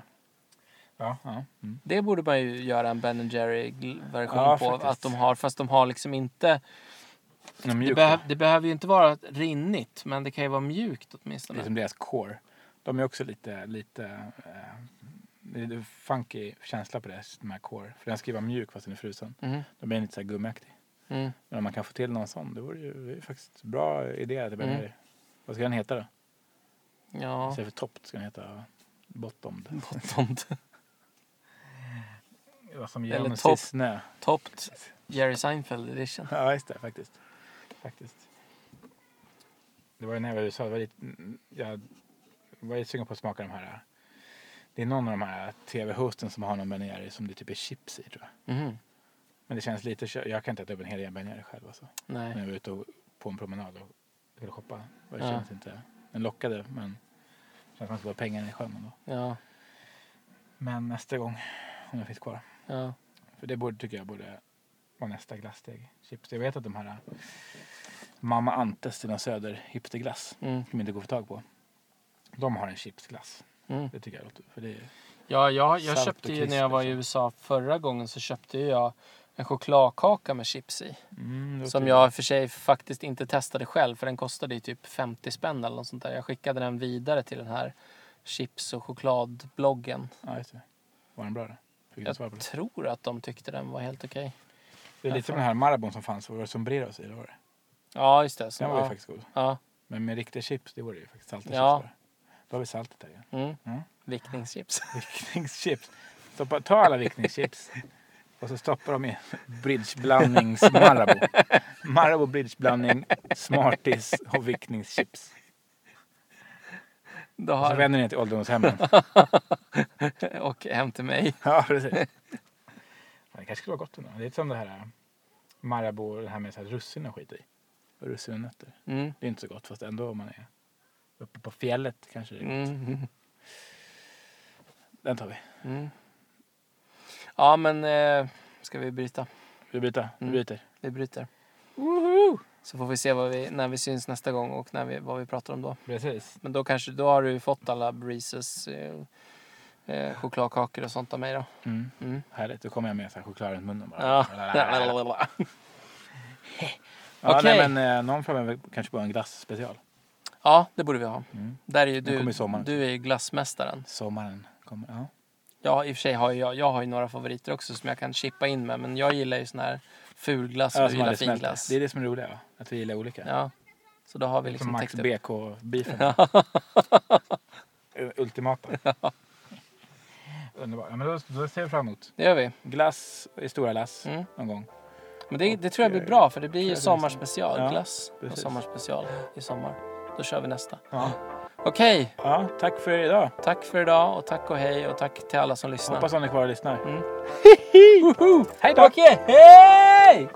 Speaker 1: Ja, ja. Mm.
Speaker 2: Det borde man ju göra en Ben Jerry-version
Speaker 1: Ja,
Speaker 2: på.
Speaker 1: faktiskt.
Speaker 2: Att de har, fast de har liksom inte...
Speaker 1: De är
Speaker 2: Det,
Speaker 1: mjuka.
Speaker 2: behöv- det behöver ju inte vara rinnigt, men det kan ju vara mjukt
Speaker 1: Det är
Speaker 2: åtminstone.
Speaker 1: som deras core. De är också lite, lite, eh, lite funky känsla på det, de här core. För den ska ju vara mjuk fast den är frusen.
Speaker 2: Mm.
Speaker 1: De är lite så här gummiaktig.
Speaker 2: Mm.
Speaker 1: Men om man kan få till någon sån, det vore ju det är faktiskt bra idé. Att det blir
Speaker 2: Mm.
Speaker 1: mer- Vad ska den heta då?
Speaker 2: Ja,
Speaker 1: Istället för topped ska den heta bottomed.
Speaker 2: bottomt.
Speaker 1: Ja, som
Speaker 2: Eller
Speaker 1: Janus
Speaker 2: topp.
Speaker 1: i snö.
Speaker 2: Topped Jerry Seinfeld edition.
Speaker 1: Ja, just det. Faktiskt. faktiskt. Det var ju när jag var i USA. Det var lite, mm, jag var ju sugen på att smaka de här. Det är någon av de här tv-hosten som har någon Ben Jerry som det typ är chips i tror jag.
Speaker 2: Mhm.
Speaker 1: Men det känns lite, kö- jag kan inte äta upp en hel Ben Jerry själv alltså. När
Speaker 2: Nej.
Speaker 1: jag var ute och, på en promenad och skulle shoppa. Och det
Speaker 2: Ja.
Speaker 1: kändes inte, den lockade men det känns som att det var pengar i sjön ändå.
Speaker 2: Ja,
Speaker 1: Men nästa gång, om det finns kvar.
Speaker 2: ja.
Speaker 1: För det borde, tycker jag borde vara nästa glassteg. Chips. Jag vet att de här äh, Mamma Antes Stina Söder hipsterglass
Speaker 2: Mm.
Speaker 1: som inte går att få tag på. De har en chipsglass.
Speaker 2: Mm.
Speaker 1: Det tycker jag låter. För det är,
Speaker 2: Ja, jag, jag
Speaker 1: Salt och liksom.
Speaker 2: köpte ju när
Speaker 1: klister,
Speaker 2: jag var i
Speaker 1: så.
Speaker 2: USA förra gången så köpte ju jag en chokladkaka med chips i.
Speaker 1: mm, det
Speaker 2: Som
Speaker 1: låter-
Speaker 2: jag i och för sig faktiskt inte testade själv för den kostade ju typ 50 spänn eller något sånt där. Jag skickade den vidare till den här chips och chokladbloggen.
Speaker 1: Ja, just det. Var den bra då? Fick du
Speaker 2: Jag
Speaker 1: svar på det?
Speaker 2: tror att de tyckte den var helt okej.
Speaker 1: Det är lite som den här Marabon som fanns. Var det Sombreros i? Det var det.
Speaker 2: Ja, just det. Så,
Speaker 1: Den var ju
Speaker 2: ja,
Speaker 1: faktiskt god.
Speaker 2: ja,
Speaker 1: Men med riktiga chips, det var det ju faktiskt. Salta
Speaker 2: Ja.
Speaker 1: chips bara. Då har vi saltet här igen.
Speaker 2: mm.
Speaker 1: Mm.
Speaker 2: Vickningschips.
Speaker 1: Vickningschips. Stoppa, ta alla vickningschips. Och så stoppar de i bridgeblandnings Marabou. Marabou bridgeblandning, Smarties och vickningschips.
Speaker 2: Då
Speaker 1: Och så
Speaker 2: har,
Speaker 1: vänder ni er till ålderdomshemmen.
Speaker 2: och hem till mig.
Speaker 1: Ja, precis. Men det kanske skulle vara gott ändå. Det är lite som det här eh, Marabou, det här med så här russin och skit i. Och russin och nötter.
Speaker 2: Mm.
Speaker 1: Det är inte så gott fast ändå om man är uppe på fjället kanske det är.
Speaker 2: Mm.
Speaker 1: Den tar vi.
Speaker 2: Mm. Ja, men eh, ska vi bryta?
Speaker 1: Vi byter. Vi
Speaker 2: Mm.
Speaker 1: byter.
Speaker 2: Vi bryter. Så får vi se vad vi, när vi syns nästa gång och när vi, vad vi pratar om då.
Speaker 1: Precis.
Speaker 2: Men då kanske då har du fått alla Breezes eh, eh, chokladkakor och sånt av mig då.
Speaker 1: Mm.
Speaker 2: Mm.
Speaker 1: Härligt, då kommer jag med så här choklad runt munnen bara.
Speaker 2: Ja.
Speaker 1: ja,
Speaker 2: Okej.
Speaker 1: nej, men eh, någon framöver kanske bara en glasspecial.
Speaker 2: ja, det borde vi ha.
Speaker 1: Mm.
Speaker 2: Där är ju
Speaker 1: Den kommer
Speaker 2: du,
Speaker 1: i sommar.
Speaker 2: du är ju glassmästaren.
Speaker 1: Sommaren kommer. Ja.
Speaker 2: Alltså, Ja, i och för sig har ju jag, jag har ju några favoriter också som jag kan chippa in med. Men jag gillar ju sån här fulglass och
Speaker 1: Ja,
Speaker 2: du
Speaker 1: som
Speaker 2: gillar
Speaker 1: aldrig smälter.
Speaker 2: finglass.
Speaker 1: Det är det som är roligt, va? att vi gillar olika.
Speaker 2: Ja. Så då har vi
Speaker 1: som
Speaker 2: liksom
Speaker 1: Max
Speaker 2: täckt upp.
Speaker 1: BK-beefen. Ultimata. Underbart. Ja, men då, då ser vi fram emot
Speaker 2: Det gör vi.
Speaker 1: glass i stora lass
Speaker 2: Mm.
Speaker 1: någon gång.
Speaker 2: Men det, det tror jag blir
Speaker 1: eh,
Speaker 2: bra för det blir
Speaker 1: tror
Speaker 2: ju
Speaker 1: jag det
Speaker 2: sommarspecial.
Speaker 1: blir så. Ja,
Speaker 2: glass och
Speaker 1: precis.
Speaker 2: sommarspecial i sommar. Då kör vi nästa.
Speaker 1: Ja.
Speaker 2: Okej,
Speaker 1: Ja, tack för idag.
Speaker 2: tack för idag och tack och hej och tack till alla som lyssnar.
Speaker 1: Hoppas att ni är kvar och lyssnar.
Speaker 2: Mm.
Speaker 1: Hej då!
Speaker 2: Okej, hej!